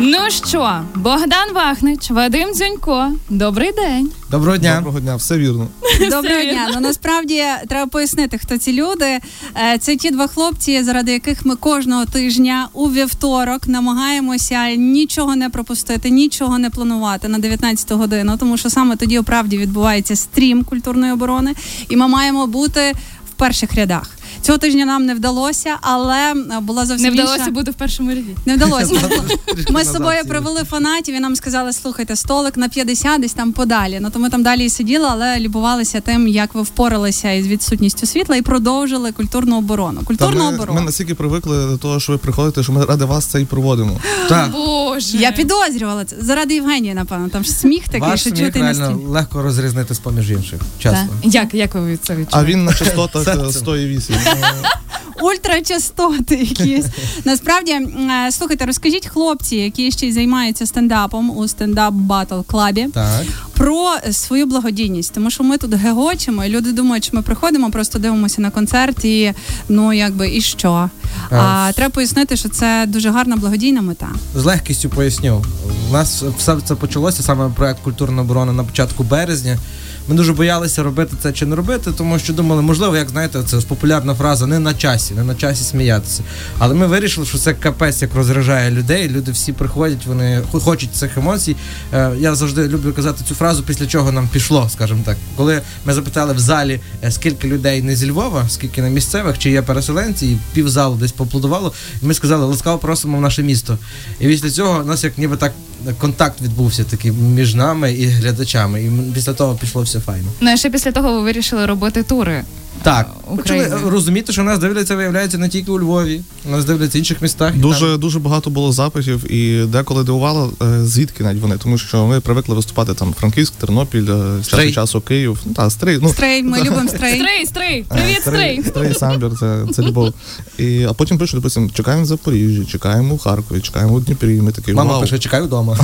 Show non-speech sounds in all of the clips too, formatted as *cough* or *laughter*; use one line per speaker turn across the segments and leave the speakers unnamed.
Ну що, Богдан Вахнич, Вадим Дзюнько, добрий день.
Доброго дня.
Доброго дня, все вірно.
Доброго
Все
дня. Ну насправді треба пояснити, хто ці люди. Е, Це ті два хлопці, заради яких ми кожного тижня у вівторок намагаємося нічого не пропустити, нічого не планувати на 19 годину, тому що саме тоді оправді відбувається стрім культурної оборони, і ми маємо бути в перших рядах. Цього тижня нам не вдалося, але е, була зовсім
Не вдалося
інша...
бути в першому ряді. *laughs*
не вдалося.
Трішки
Ми з
назад
собою
сіли.
привели фанатів і нам сказали, слухайте, столик на 50, десь там подалі. Ну то ми там далі і сиділи, але любувалися тим, як ви впоралися із відсутністю світла і продовжили культурну оборону.
Та
Культурну
ми,
оборону.
ми настільки привикли до того, що ви приходите, що ми ради вас це і проводимо.
Так,
Боже.
Я підозрювала це заради Євгенія, напевно. Там ж сміх такий,
ваш
що
сміх
чути на
реально
стіл.
легко розрізнити з поміж інших. Чесно.
Як, як ви це відчули?
А він на частотах
Серцем.
е, 108.
Ультрачастоти
*laughs*
якісь. Насправді, м, е, слухайте, розкажіть хлопці, які ще й займаються стендапом у стендап батл клабі.
Так.
про е, свою благодійність, тому що ми тут гегочимо, і люди думають, що ми приходимо, просто дивимося на концерт, і ну якби і що. А
Е,
треба пояснити, що це дуже гарна благодійна мета.
З легкістю поясню. У нас все це почалося саме проект культурна оборона на початку березня. Ми дуже боялися робити це чи не робити, тому що думали, можливо, як знаєте, це ж популярна фраза не на часі, не на часі сміятися. Але ми вирішили, що це капець як розражає людей. Люди всі приходять, вони хо- хочуть цих емоцій. Е, Я завжди люблю казати цю фразу, після чого нам пішло, скажімо так. Коли ми запитали в залі, е, скільки людей не зі Львова, скільки на місцевих, чи є переселенці, і півзалу десь поплодувало. І ми сказали, ласкаво просимо в наше місто. І після цього у нас як ніби так е, контакт відбувся такий між нами і глядачами. І м- після того пішло все файно.
Ну, а ще після того ви вирішили робити тури.
Так,
Україна.
почали е, розуміти, що нас дивляться, виявляється не тільки у Львові, нас дивляться в інших містах. і там-
Дуже дуже багато було запитів, і деколи дивувало, е, звідки навіть вони, тому що ми привикли виступати там Франківськ, Тернопіль, е, час
Стрий.
від часу Київ. Ну та стрий. Ну
Стрей, ми любимо стрей.
Стрий, стрий,
е,
привіт, стрий.
стрий самбір, це, це любов. І а потім пишуть, допустим, чекаємо в Запоріжжі, чекаємо в Харкові, чекаємо в Дніпрі. І Ми такі
Мама
вау.
пише, чекаю вдома.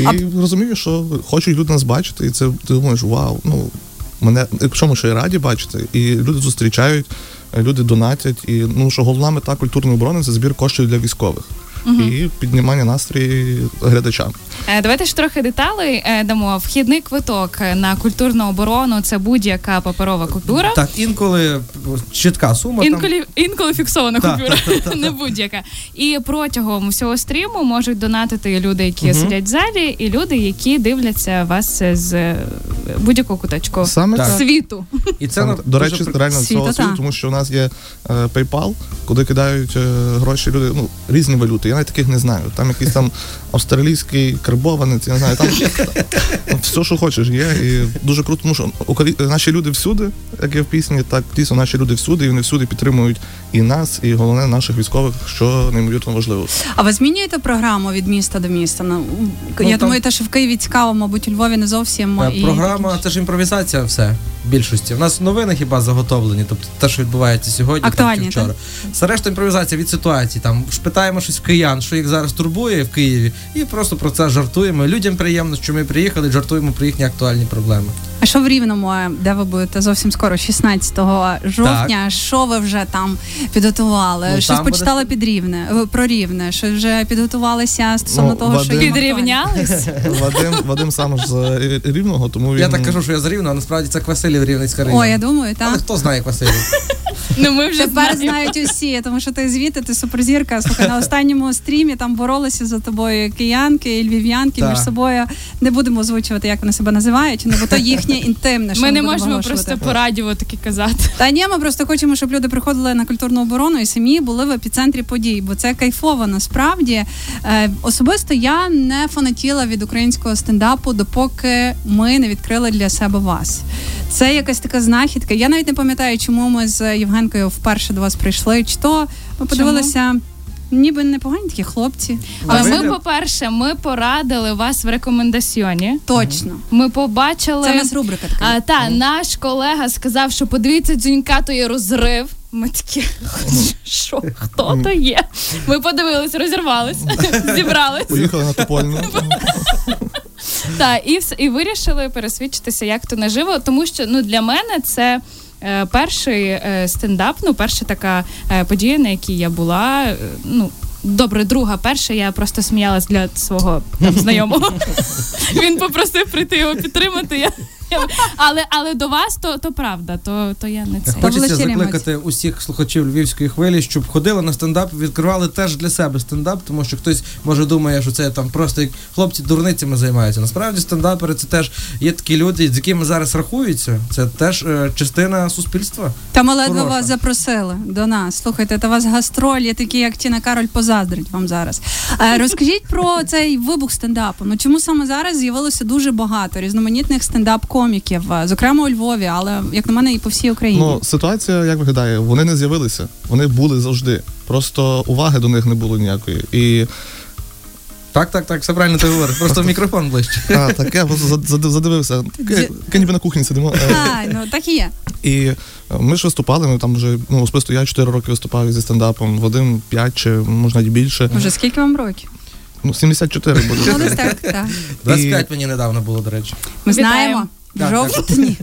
І розумію, що хочуть люди нас бачити, і це ти думаєш, вау, ну мене причому що і раді бачити, і люди зустрічають, е, люди донатять. І ну що головна мета культурної оборони це збір коштів для військових і піднімання настрій глядачам.
Е, Давайте ж трохи деталей е, дамо. Вхідний квиток е, на культурну оборону це будь-яка паперова купюра.
Так, інколи е, чітка сума. там.
Інколи, інколи фіксована
Так,
купюра, *laughs* не будь-яка. І протягом всього стріму можуть донатити люди, які сидять в залі, і люди, які дивляться вас е, з е, будь-якого куточку
Саме
Так.
так.
світу.
І це
Саме
нам
так. до
дуже
речі,
при-
реально
Світу,
цього світу,
так.
тому що у нас є е, PayPal, куди кидають е, гроші люди, ну різні валюти. Я навіть таких не знаю. Там якийсь
*laughs*
там австралійський карбованець, я не знаю. Там Ну, все, що хочеш, є. І дуже круто, тому що украї- наші люди всюди, як є в пісні, так дійсно наші люди всюди, і вони всюди підтримують і нас, і головне наших військових, що неймовірно
*laughs*
важливо.
А ви змінюєте програму від міста до міста? Ну, я
там-
думаю, те, що в Києві цікаво, мабуть, у Львові не зовсім
Е,
і
Програма це ж імпровізація, все в більшості. У нас новини хіба заготовлені, тобто те, що відбувається сьогодні, там,
Актуальні,
чи вчора. Все решта імпровізація від ситуації. Там шпитаємо щось в киян, що їх зараз турбує в Києві, і просто про це жартуємо. Людям приємно, що ми приїхали, жартуємо про їхні актуальні проблеми.
А що в Рівному, е, де ви будете зовсім скоро, 16 жовтня? Що ви вже там підготували?
Ну, там
Щось
буде-
почитали під рівне е, про рівне? Що вже підготувалися стосовно
Ну,
того, що
Вадим-
їм актуально?
Підрівнялись.
Вадим, Вадим сам ж з е, рівного, тому він
Я так кажу, що я з Рівного, а насправді це Квасилів Рівненська район.
О, я думаю,
Але
так.
хто знає Квасилів?
Ну ми вже
Тепер
знаємо.
знають усі, тому що ти звідти, ти суперзірка. Слухай, на останньому стрімі там боролися за тобою киянки і львів'янки
Так.
між собою. Не будемо озвучувати, як вони себе називають, ну бо то їхнє інтимне. Що
Ми не
будемо
можемо
оголошувати.
просто по радіо таке казати.
Та ні, ми просто хочемо, щоб люди приходили на культурну оборону і самі були в епіцентрі подій, бо це кайфово насправді. Е, особисто я не фанатіла від українського стендапу, допоки ми не відкрили для себе вас. Це якась така знахідка. Я навіть не пам'ятаю, чому ми з Євгенкою вперше до вас прийшли. Чи то ми подивилися, ніби непогані такі хлопці.
Але
Ви-
ми, по-перше, ми порадили вас в рекомендаціоні.
Точно.
Ми побачили.
Це в нас рубрика така.
А, та, наш колега сказав, що подивіться дзюнька, то є розрив. Ми такі, *laughs* що, хто то є? Ми подивились, розірвались, *laughs* зібрались.
поїхали на
*laughs*
Топольну.
Та, і, вс- і вирішили пересвідчитися, як то наживо, тому що ну, для мене це. е, Перший е, стендап, ну перша така е, подія, на якій я була. е, Ну добре, друга, перша, я просто сміялась для свого там, *laughs* знайомого. Він попросив прийти його підтримати. Я... я- Але, але до вас то, то правда, то, то я не це.
Хочеться
Павло Черемець.
закликати усіх слухачів львівської хвилі, щоб ходили на стендап, відкривали теж для себе стендап, тому що хтось може думає, що це там просто як хлопці дурницями займаються. Насправді стендапери це теж є такі люди, з якими зараз рахуються. Це теж е, частина суспільства.
Та ми ледве
Хороша.
вас запросили до нас. Слухайте, та у вас гастролі, такі як Тіна Кароль позаздрить вам зараз.
*laughs*
Е, Розкажіть про цей вибух стендапу. Ну чому саме зараз з'явилося дуже багато різноманітних стендап-коміків, е, зокрема у Львові, але як на мене, і по всій Україні.
Ну, ситуація як виглядає? Вони не з'явилися, вони були завжди. Просто уваги до них не було ніякої. І
Так, так, так, все правильно ти говориш. Просто в мікрофон ближче.
а, так я просто зад- зад- задивився. Таке, таке ніби на кухні сидимо. Е,
Ай, ну так і є.
І е, ми ж виступали, ми там вже ну, особисто я 4 роки виступав зі стендапом, Вадим 5 чи можна і більше.
Вже скільки вам
*laughs*
років?
Ну, 74 буде.
Ну, десь так, так.
25 мені недавно було, до речі.
Ми
Вітаємо.
знаємо. В
Так, так.
жовтні.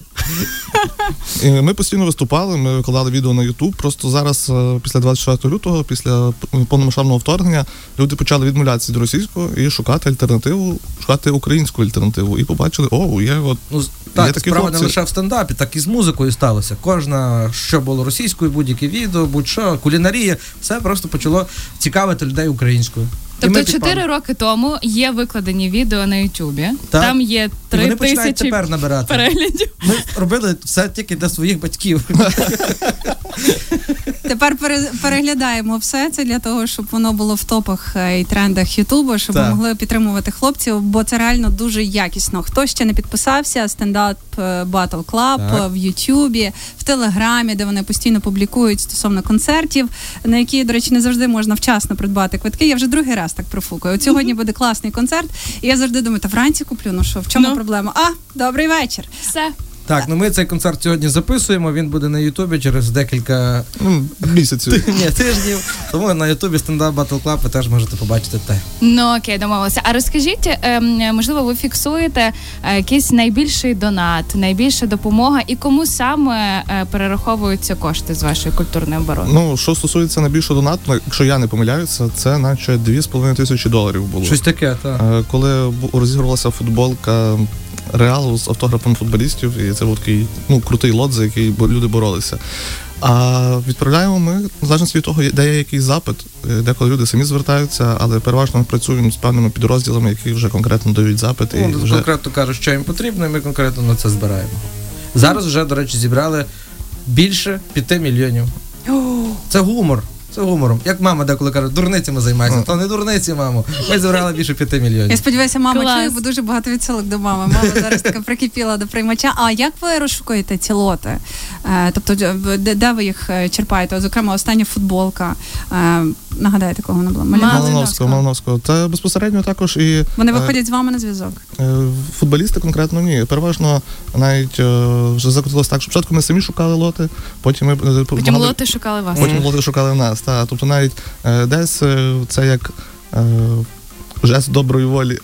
І ми постійно виступали, ми викладали відео на YouTube. Просто зараз, е, після 24 лютого, після п- повномасштабного вторгнення, люди почали відмовлятися до російського і шукати альтернативу, шукати українську альтернативу. І побачили, о, є от
Ну, з- так,
такі
справа не
хлопці.
лише в стендапі, так і з музикою сталося. Кожна, що було російською, будь-яке відео, будь-що, кулінарія, все просто почало цікавити людей українською. І ми
Тобто
підпали.
4 роки тому є викладені відео на Ютубі.
Так.
Там є
І вони
3
починають
тисячі
тепер набирати.
переглядів.
Ми робили все тільки для своїх
*laughs*
батьків.
Тепер пере- переглядаємо все це для того, щоб воно було в топах е, і трендах Ютубу, щоб
Так.
ми могли підтримувати хлопців, бо це реально дуже якісно. Хто ще не підписався, стендап е, Battle Club
Так.
е, в Ютубі, в Телеграмі, де вони постійно публікують стосовно концертів, на які, до речі, не завжди можна вчасно придбати квитки. Я вже другий раз так профукую. От сьогодні буде класний концерт, і я завжди думаю, та вранці куплю. Ну що, в чому
Ну.
проблема? А, добрий вечір.
Все.
Так, ну ми цей концерт сьогодні записуємо. Він буде на Ютубі через декілька
ну,
*laughs*
місяців.
ні, тижнів. Тому на Ютубі стендап Battle Club ви теж можете побачити те.
Ну окей, домовилися. А розкажіть, ем, можливо, ви фіксуєте е, якийсь найбільший донат, найбільша допомога, і кому саме е, перераховуються кошти з вашої культурної оборони?
Ну, що стосується найбільшого донату, якщо я не помиляюся, це наче 2,5 тисячі доларів було.
Щось таке, так.
Е, Коли бу- розігрувалася футболка Реалу з автографом футболістів, і це був такий ну, крутий лот, за який бо- люди боролися. А відправляємо ми в залежності від того, де є якийсь запит. Е, Деколи люди самі звертаються, але переважно ми працюємо з певними підрозділами, які вже конкретно дають запит. І
Ну,
вже...
конкретно кажуть, що їм потрібно, і ми конкретно на це збираємо. Зараз вже, до речі, зібрали більше 5 мільйонів. Це гумор. Це гумором. Як мама деколи каже, дурницями займайся, то не дурниці, мамо. Ми зібрали більше 5
Я
мільйонів.
сподіваюся, мама
Клас.
чує, бо дуже багато відсилок до мами.
*laughs*
Мама зараз така прикипіла до приймача. А як ви розшукуєте ці лоти? Е, Тобто, де, де ви їх е, черпаєте? От, Зокрема, остання футболка. Е, Нагадайте, кого вона була? Маліновська.
Малиновського, Малиновського. Та безпосередньо також і
Вони
е,
виходять з вами на зв'язок.
Е, Футболісти конкретно ні. Переважно навіть е, вже закрутилось так, що спочатку ми самі шукали лоти, потім ми е,
Потім
допомагали-
лоти шукали вас.
потім лоти шукали нас. Та. Тобто навіть е, десь е, це як е, жест доброї волі.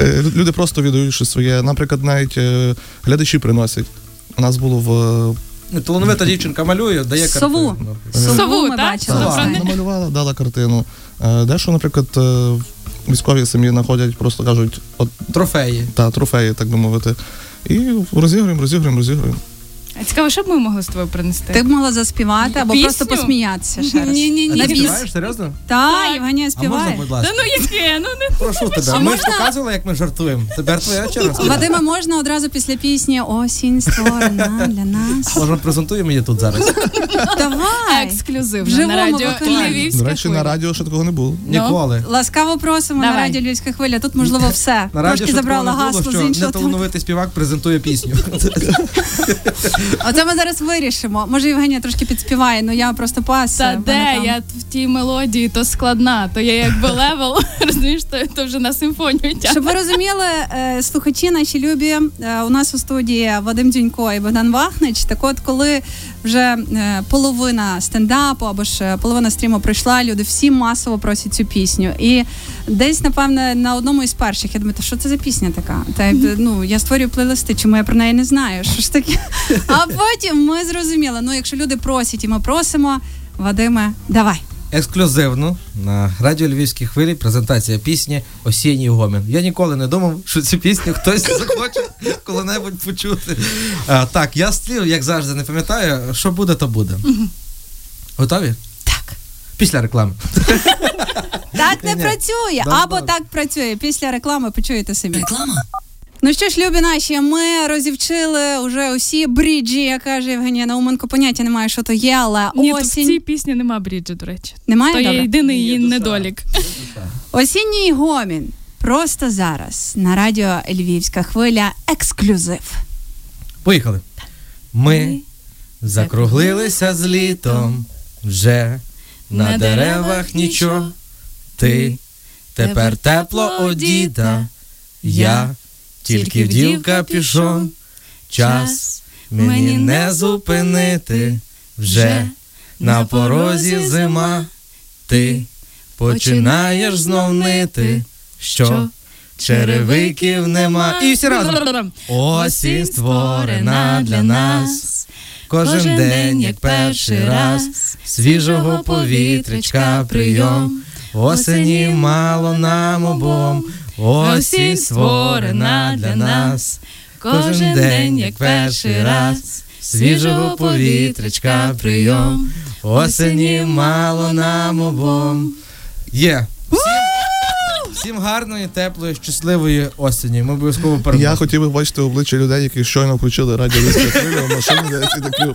Е, Люди просто віддають щось своє. Наприклад, навіть е, глядачі приносять. У нас було в
Ну, Талановита дівчинка малює, дає
Сову.
картину.
Сову
Сову,
ми
так? Тобто Сову.
Так,
бачили.
Добре.
е,
останнє.
намалювала, дала картину. Е, Дещо, наприклад, е, військові самі знаходять, просто кажуть, от
Трофеї.
та трофеї, так би мовити. І розігруємо, розігруємо, розігруємо.
А цікаво, що б ми могли з тобою принести?
Ти б могла заспівати або
Пісню?
просто посміятися ще раз.
Ні, ні,
А
ні.
ти
Біс.
співаєш? Серйозно?
Та,
Так.
Євгенія
А можна,
співає.
будь
Та
ласка?
ну яке, ну не
Прошу тебе, ми ж показували, як ми жартуємо. Тепер твоя черга.
Вадиме, можна одразу після пісні Осінь створена для
*laughs*
нас.
Може, презентуємо її тут зараз?
Ну. Давай.
ексклюзивно на
Вживому
радіо
виконанні.
Львівська
До речі,
хвиля.
на радіо ще такого не було.
Ну.
Ніколи.
Ласкаво просимо на
Давай.
радіо Львівська хвиля. Тут можливо все.
На радіо
Трошки
ще такого
забрала
не було,
гасло з
що
іншого. типу. там.
неталановитий співак презентує пісню.
Оце ми зараз вирішимо. Може, Євгенія трошки підспіває, ну я просто пас.
Та
вона
де
там.
я в тій мелодії, то складна, то я
*laughs*
якби левел, розумієш, то, то вже на симфонію тягне.
Щоб ви розуміли, е, слухачі наші любі, е, у нас у студії Вадим Дзюнько і Богдан Вахнич. Так от, коли вже е, половина стендапу або ж е, половина стріму прийшла, люди всі масово просять цю пісню. І десь, напевне, на одному із перших я думаю, та що це за пісня така? Та якби, ну я створюю плейлисти, чому я про неї не знаю? Що ж таке? А потім ми зрозуміли. Ну, якщо люди просять, і ми просимо. Вадиме, давай.
Ексклюзивно на радіо Львівській хвилі презентація пісні Осінній гомін. Я ніколи не думав, що цю пісню хтось *laughs* захоче коли-небудь почути. А, так, я слів, як завжди, не пам'ятаю. Що буде, то буде. Готові?
Так.
Після реклами.
Так не
Ні-ні.
працює.
Да,
Або
да.
так працює. Після реклами почуєте самі. Реклама. Ну що ж, любі наші, ми розівчили уже усі бріджі, як каже Євгенія Науменко, поняття немає, що то є, але
Ні, то в
осінь.
цій пісні нема бріджу, до речі.
Немає
То
Добре.
є єдиний
Ні,
її
душа.
недолік.
Осінній гомін. Просто зараз на радіо Львівська хвиля ексклюзив.
Поїхали.
Ми
Ми закруглилися з літом вже на деревах нічого. Ти тепер тепло одіта. Я тільки в дівка пішов. Час мені не зупинити. Вже на порозі зима. Ти починаєш знов нити, що черевиків нема. І всі разом. Осінь створена для нас. Кожен день, як перший раз, свіжого повітрячка прийом. Осені мало нам обом. Осінь створена для нас. Кожен день, як перший раз, свіжого повітрячка прийом. Осені мало нам обом. Є. Всім, всім гарної, теплої, щасливої осені. Ми обов'язково
Я хотів би бачити обличчя людей, які щойно включили радіо «Львівська хвиля» в машині, де всі такі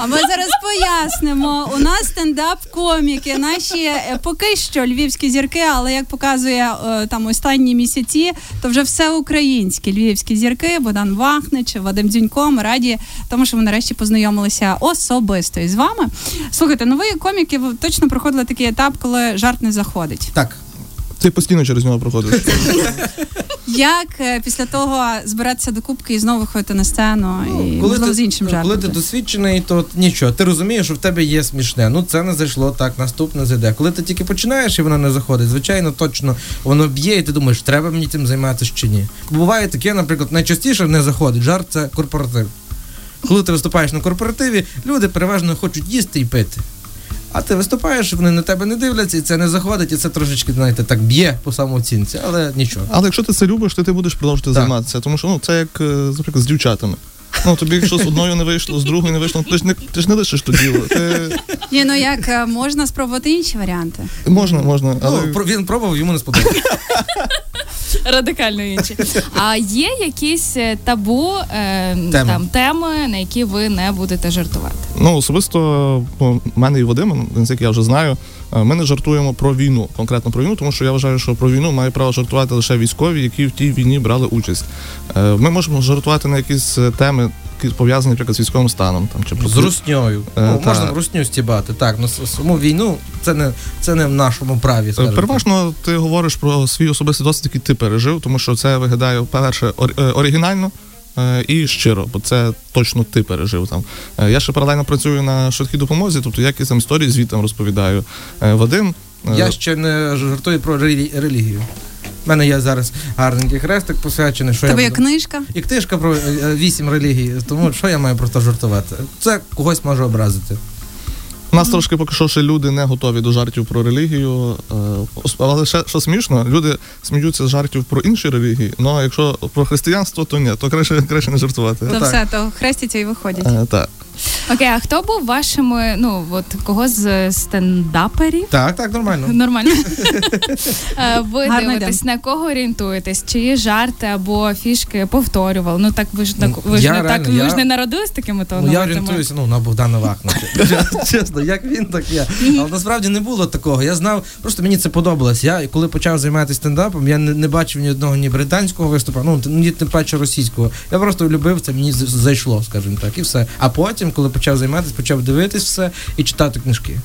А ми зараз пояснимо. У нас стендап-коміки, наші е, поки що львівські зірки, але як показує е, там останні місяці, то вже все українські львівські зірки, Богдан Вахнич, Вадим Дзюнько. Ми раді, тому що ми нарешті познайомилися особисто із вами. Слухайте, ну ви коміки ви точно проходили такий етап, коли жарт не заходить.
Так.
Ти постійно через нього проходиш.
Як е, після того збиратися до кубки і знову виходити на сцену і можливо, з іншим жартом?
Ну, коли ти
вже?
досвідчений, то от нічого. Ти розумієш, що в тебе є смішне. Ну це не зайшло так, наступне зайде. Коли ти тільки починаєш і воно не заходить, звичайно, точно воно б'є, і ти думаєш, треба мені тим займатися чи ні. Буває таке, наприклад, найчастіше не заходить. Жарт це корпоратив. Коли ти виступаєш на корпоративі, люди переважно хочуть їсти і пити. А ти виступаєш, вони на тебе не дивляться, і це не заходить, і це трошечки, знаєте, так б'є по самооцінці, але нічого.
Але якщо ти це любиш, то ти будеш продовжувати
Так.
займатися. Тому що ну це як, е, наприклад, з дівчатами. Ну тобі, якщо з одною не вийшло, з другою не вийшло, ти ж не ти ж не лишиш то діло. Ти
Ні, ну як е, можна спробувати інші варіанти?
можна, можна, але
Ну, про- він пробував, йому не сподобалося.
Радикально інші. А є якісь е, табу е,
Теми.
там теми, на які ви не будете жартувати?
Ну, особисто ну, мене і Вадим, як я вже знаю, е, ми не жартуємо про війну, конкретно про війну, тому що я вважаю, що про війну має право жартувати лише військові, які в тій війні брали участь. Е, Ми можемо жартувати на якісь е, теми, які пов'язані, наприклад, з військовим станом там чи про
З русньою.
Е,
Ну,
та.
можна русню стібати. Так, ну с- саму війну це не це не в нашому праві.
Е,
скажімо так.
Переважно ти говориш про свій особистий досвід, який ти пережив, тому що це виглядає перше ор- е, оригінально. е, І щиро, бо це точно ти пережив там. Е, Я ще паралельно працюю на швидкій допомозі, тобто я якісь там історії звітам розповідаю. Е, Вадим е,
Я ще не жартую про релі- релігію. У мене є зараз гарненький хрестик посвячений, що
Тебе
я
є
буду-
книжка?
і книжка про е, е, вісім релігій, тому що я маю про це жартувати. Це когось може образити.
У нас трошки поки що ще люди не готові до жартів про релігію. е, ос- Але ще що смішно, люди сміються з жартів про інші релігії. Ну а якщо про християнство, то ні, то краще, *laughs* краще не жартувати.
То
Ну так.
все, то хрестяться і виходять.
Е, так.
Окей, а хто був вашими, ну от кого з стендаперів?
Так, так, нормально.
*laughs* Нормально.
*laughs*
Е, Ви
Гарно
дивитесь, на кого орієнтуєтесь? Чиї жарти або фішки повторювали? Ну так ви ж так ви ж
Я
не так
реально,
ви
я-
ж не народились такими то
Ну, я
новитими?
орієнтуюся ну, на Богдана Вахна. Чесно, як він, так я. Але насправді не було такого. Я знав, просто мені це подобалось. Я коли почав займатися стендапом, я не, не бачив ні одного ні британського виступу, ну т- ні тим паче російського. Я просто любив це, мені з- з- зайшло, скажімо так, і все. А потім, коли почав займатися, почав дивитись все і читати книжки.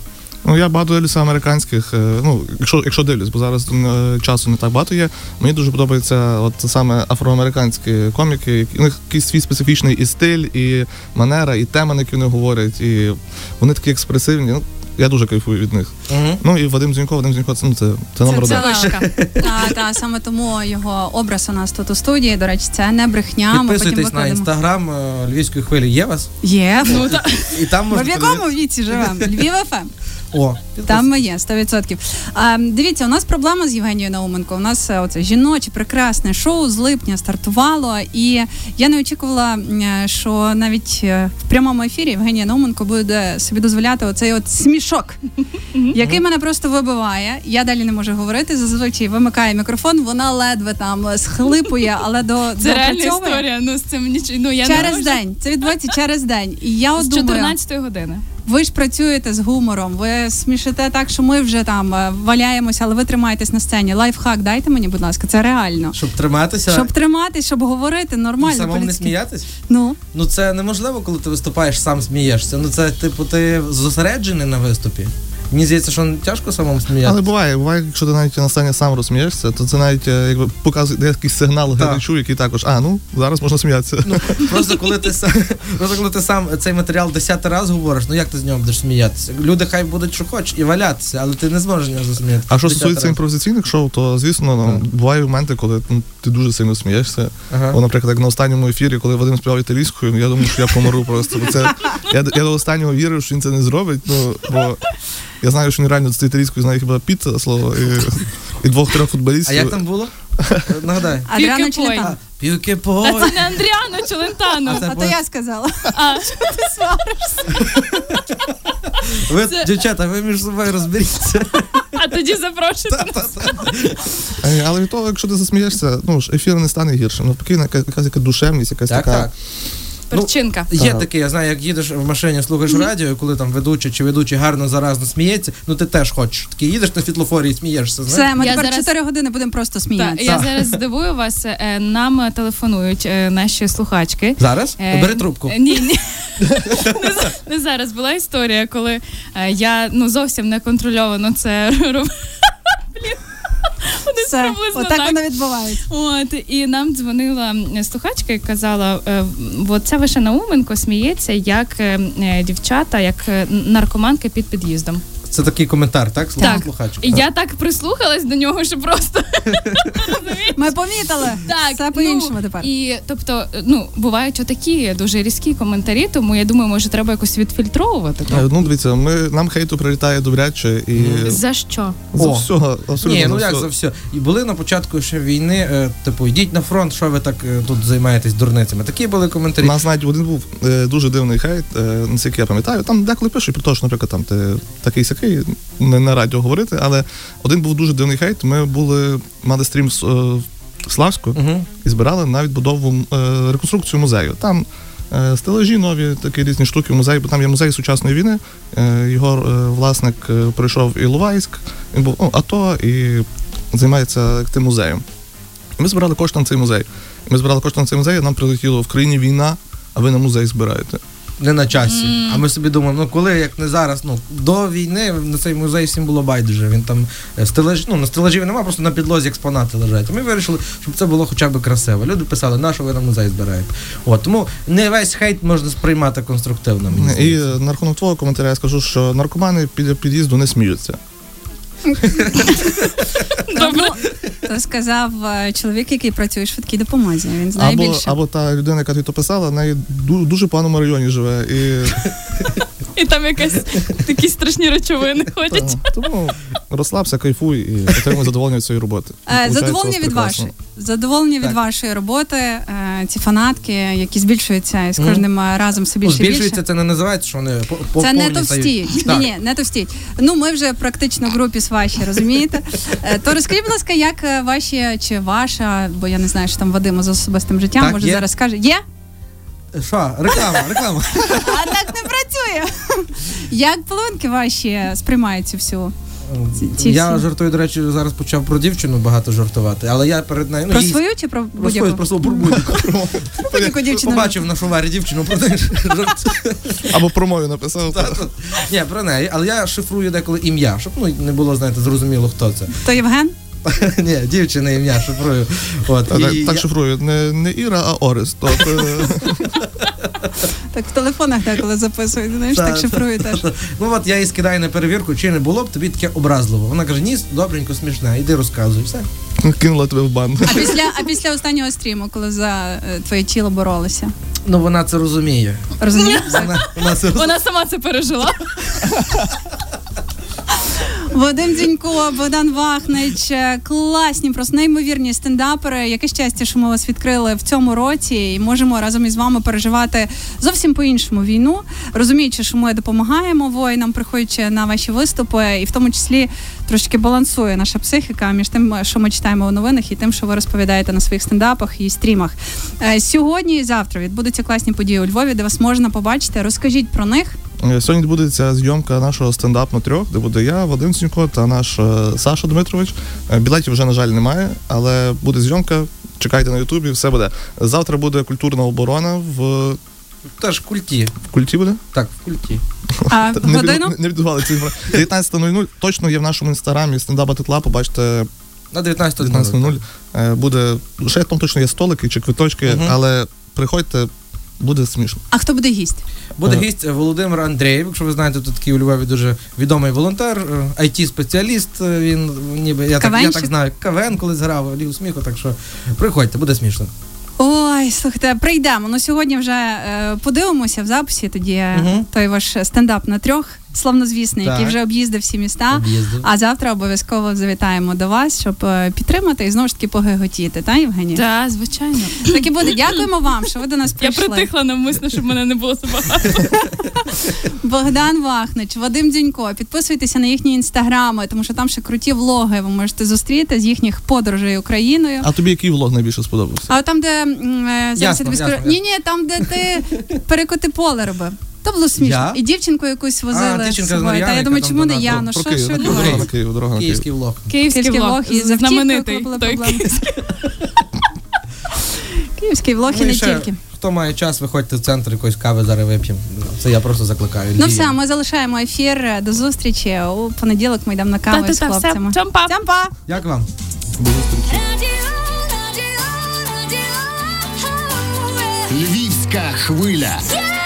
Ну я багато дивлюся американських. е, Ну, якщо, якщо дивлюсь, бо зараз е, часу не так багато є. Мені дуже подобаються от саме афроамериканські коміки. які- У них якийсь свій специфічний і стиль, і манера, і тема, на які вони говорять, і вони такі експресивні. Ну, я дуже кайфую від них.
Угу.
Ну і Вадим Зінько, Вадим Зінько, це, ну, це, це номер
Це
один.
лавка.
*laughs* Та, та, саме тому його образ у нас тут у студії. До речі, це не брехня. ми потім
Підписуйтесь на
викладемо.
інстаграм е, львівської хвилі. Є вас?
Є.
Ну, та-
І там
Ми в
можна
якому віці живемо? Львів Ем. ФМ.
О,
Там ми є 100%. А, дивіться, у нас проблема з Євгенією Науменко. У нас е, оце жіноче прекрасне шоу з липня стартувало, і я не очікувала, м, е, що навіть е, в прямому ефірі Євгенія Науменко буде собі дозволяти оцей от смішок, який мене просто вибиває. Я далі не можу говорити. Зазвичай вимикає мікрофон, вона ледве там е, схлипує, але до
Це реальна
допрацьовує.
історія. Ну з цим ніч... ну, я не
Через
можу.
день це відбувається через день, і я от
з
думаю,
14 години.
ви ж працюєте з гумором, ви смішите так, що ми вже там е, валяємося, але ви тримаєтесь на сцені. Лайфхак дайте мені, будь ласка, це реально.
щоб триматися
Щоб триматись, щоб говорити
і
нормально.
самому не
по-людськи.
сміятись.
Ну
Ну це неможливо, коли ти виступаєш, сам смієшся. Ну це типу ти зосереджений на виступі. Мені здається, що тяжко самому
Але
сміятися.
буває, буває, якщо ти навіть на сцені сам розсмієшся, то це навіть е, якби показує дає якийсь сигнал
Так. Ну,
глядачу, який також, а ну зараз можна сміятися.
*laughs* Просто коли ти сам просто коли ти сам цей матеріал десятий раз говориш, ну як ти з нього будеш сміятися? Люди хай будуть що хоч і валятися, але ти не зможеш нього засміятися.
А що
Десятий
стосується
раз.
імпровізаційних шоу, то звісно, ну, бувають моменти, коли ну, ти дуже сильно смієшся.
Ага.
О, наприклад, як на останньому ефірі, коли Вадим співав італійською, ну, я думав, що я помру просто. Бо це я, до- я до останнього вірив, що він це не зробить. Ну бо я знаю, що він реально з італійською знає хіба піца слово і, і двох-трьох
А
футболістів.
як там було? Е, Нагадай.
Адріана
Піки-пой.
Челентано.
А, півки по.
*laughs* Та це не Андріано Челентано.
А це
А то я сказала.
А,
Ви,
це-
дівчата, ви між собою розберіться.
а тоді запрошуйте нас.
Е, Але від того, якщо ти засмієшся, ну ж ефір не стане гіршим. Навпаки, яка- якась така душевність, якась
Так,
така.
так. ну,
Перчинка.
Є
Так.
таке, я знаю, як їдеш в машині, слухаєш радіо, і коли там ведучий чи ведучий гарно заразно сміється, ну ти теж хочеш. Такий їдеш на світлофорі і смієшся. знаєш?
Все, ми
Я
тепер
зараз-
4 години будемо просто
Так,
сміятися.
я зараз здивую вас. е, Нам е, телефонують е, наші слухачки.
Зараз?
Е,
Бери трубку.
Ні, ні. Не за- Не зараз була історія, коли е, я ну зовсім не контрольовано це робила. Вони
Все,
приблизно
отак
так.
воно відбувається.
От і нам дзвонила е, слухачка і казала: е, от ця ваша Науменко сміється, як е, е, дівчата, як е, наркоманки під під'їздом.
Це такий коментар, так? Слухай,
Так.
слухачка.
І я так прислухалась до нього, що просто розумієш?
Ми помітили.
Так,
Все по-іншому
ну,
тепер.
І тобто, ну бувають отакі дуже різкі коментарі, тому я думаю, може треба якось відфільтровувати. то.
Е, Ну, дивіться, ми, нам хейту прилітає добряче і
За що?
за
О.
все, абсолютно.
Ні, ну
за
як
все.
за все. І були на початку ще війни, е, типу, йдіть на фронт, що ви так е, тут займаєтесь дурницями. Такі були
У
коментарі.
нас навіть один був е, дуже дивний хейт, е, наскільки я пам'ятаю. Там деколи пишуть про те, що, наприклад, там ти такий сякий, не на радіо говорити, але один був дуже дивний хейт. Ми були, мали стрім з е, в Славську
Угу.
і збирали на відбудову м, е, реконструкцію музею. Там е, стелажі нові, такі різні штуки в музеї, бо там є музей сучасної війни. Е, Його е, власник е, прийшов і Лувайськ, він був ну, АТО і займається тим музеєм. І ми збирали кошти на цей музей. І Ми збирали кошти на цей музей, і нам прилетіло в країні війна, а ви на музей збираєте.
Не на часі. А ми собі думаємо, ну коли, як не зараз, ну до війни на цей музей всім було байдуже. Він там е, стелаж, ну на стелажі немає, просто на підлозі експонати лежать. І Ми вирішили, щоб це було хоча б красиво. Люди писали, на що ви на музей збираєте. От тому не весь хейт можна сприймати конструктивно. Мені
І
здається.
е, на рахунок твого коментаря я скажу, що наркомани під під'їзду не сміються.
Добре.
То сказав е, чоловік, який працює в швидкій допомозі. Він знає
або,
більше.
або та людина, яка тобі то писала, в неї ду- дуже поганому районі живе. І
І там якась такі страшні речовини ходять.
Та, Тому розслабся, кайфуй і отримуй задоволення від своєї роботи.
Е,
Виходить,
Задоволення
Ну, у вас
від
прекрасно.
вашої задоволення від
Так.
вашої роботи. е, Ці фанатки, які збільшуються і з кожним е, разом все
Ну,
більше і більше.
збільшується, це не називається, що вони по- по
Це не
повній
товсті.
стають.
Ні,
Так.
ні, не товсті. Ну ми вже практично в групі з ваші, розумієте? Е, То розкажіть, будь ласка, як е, ваші чи ваша, бо я не знаю, що там Вадима з особистим життям,
Так,
може
є.
зараз скаже. Є?
Що, реклама, реклама.
А так не працює. Як полонки ваші сприймають цю всю? ці
я
всі.
жартую, до речі, зараз почав про дівчину багато жартувати, але я перед нею ну,
Про
їй-
свою чи про
про свою
будь-яку? Ну,
про свою бурбуньку.
Будь-яку дівчину.
Побачив на шоварі дівчину, про неї жартую.
*laughs* Або промові написав.
Та, та. Ні, про неї, але я шифрую деколи ім'я, щоб ну не було, знаєте, зрозуміло, хто це. *laughs*
То Євген?
Ні, дівчина ім'я шифрую. От,
Та,
і
так
я-
так шифрую, не, не Іра, а Орес. Тобто,
*laughs*
Так в телефонах деколи записують, знаєш,
Та,
так
та,
шифрують теж.
Ну от я її скидаю на перевірку, чи не було б тобі таке образливо. Вона каже: ні, добренько, смішне, іди розказуй. Все.
е, кинула тебе в бан.
А після, а після останнього стріму, коли за е, твоє тіло боролися,
Ну вона це розуміє.
розумієш?
Вона, вона це розуміє.
Вона сама це пережила.
Вадим Дзінько, Богдан Вахнич, е, класні, просто неймовірні стендапери. Яке щастя, що ми вас відкрили в цьому році, і можемо разом із вами переживати зовсім по-іншому війну, розуміючи, що ми допомагаємо воїнам, приходячи на ваші виступи, і в тому числі трошки балансує наша психіка між тим, що ми читаємо у новинах, і тим, що ви розповідаєте на своїх стендапах і стрімах. Е, Сьогодні і завтра відбудуться класні події у Львові, де вас можна побачити. Розкажіть про них.
Е, Сьогодні відбудеться зйомка нашого стендап на трьох, де буде я, Вадим Сінько та наш е, Саша Дмитрович. Е, Білетів вже, на жаль, немає, але буде зйомка. Чекайте на Ютубі, все буде. Завтра буде культурна оборона в,
Теж в культі.
в культі буде.
Так, в культі.
А
Та- Не,
годину
від- не відбували ці 19.00 точно є в нашому інстаграмі стендапа тетла. Побачите
На 19.00.
19.00. Е, Буде ще там точно є столики чи квиточки,
Мгм.
але приходьте, буде смішно.
А хто буде гість?
Буде
Е.
гість Володимир Андреєв. Якщо ви знаєте, то такий у Львові дуже відомий волонтер, е, IT-спеціаліст. е, Він ніби я так, я
Кавенщик?
так знаю. КВН колись грав, лів сміху, так що приходьте, буде смішно.
Ой, слухайте, прийдемо. Ну сьогодні вже е, подивимося в записі. Тоді е,
Мгм.
той ваш стендап на трьох, славнозвісний, який
Так.
вже об'їздив всі міста.
Об'їздив.
А завтра обов'язково завітаємо до вас, щоб е, підтримати і знову ж таки погиготіти, та Євгенія? Так.
Так, звичайно.
і буде. Дякуємо вам, що ви до нас
Я
прийшли.
притихла навмисно, щоб мене не було забагато.
Богдан Вахнич, Вадим Дзюнько. Підписуйтеся на їхні інстаграми, тому що там ще круті влоги. Ви можете зустріти з їхніх подорожей Україною.
А тобі який влог найбільше сподобався?
А от там, де м, е, зараз
Ясно,
я тобі скажу.
ясно,
Ні, ні, там, де
*laughs*
ти перекоти поле робив. То було смішно.
Я?
І дівчинку якусь возили
дівчинка
з собою.
з
Та
Мар'яни,
я думаю,
яка
чому
там
не
до
я?
нас.
Ну
Про
що що
Київ,
Київ.
дорога
відбувається?
на Київ, дорога на Київ.
Київський влог.
Київський
Київський
влог
влог.
і з автівкою, коли
Знаменитий.
були
Той
проблеми.
київський.
Київський влог і
Ну, і
не
ще,
тільки.
Хто має час, виходьте в центр якоїсь кави зараз вип'ємо. Це я просто закликаю.
Ну
Дію.
все, ми залишаємо ефір. До зустрічі. У понеділок ми йдемо на каву з
Та-та-та, все.
хлопцями.
Цьом-па.
Цям-па!
Як вам?
До зустрічі.
Radio, radio, radio,
Львівська хвиля.
yeah!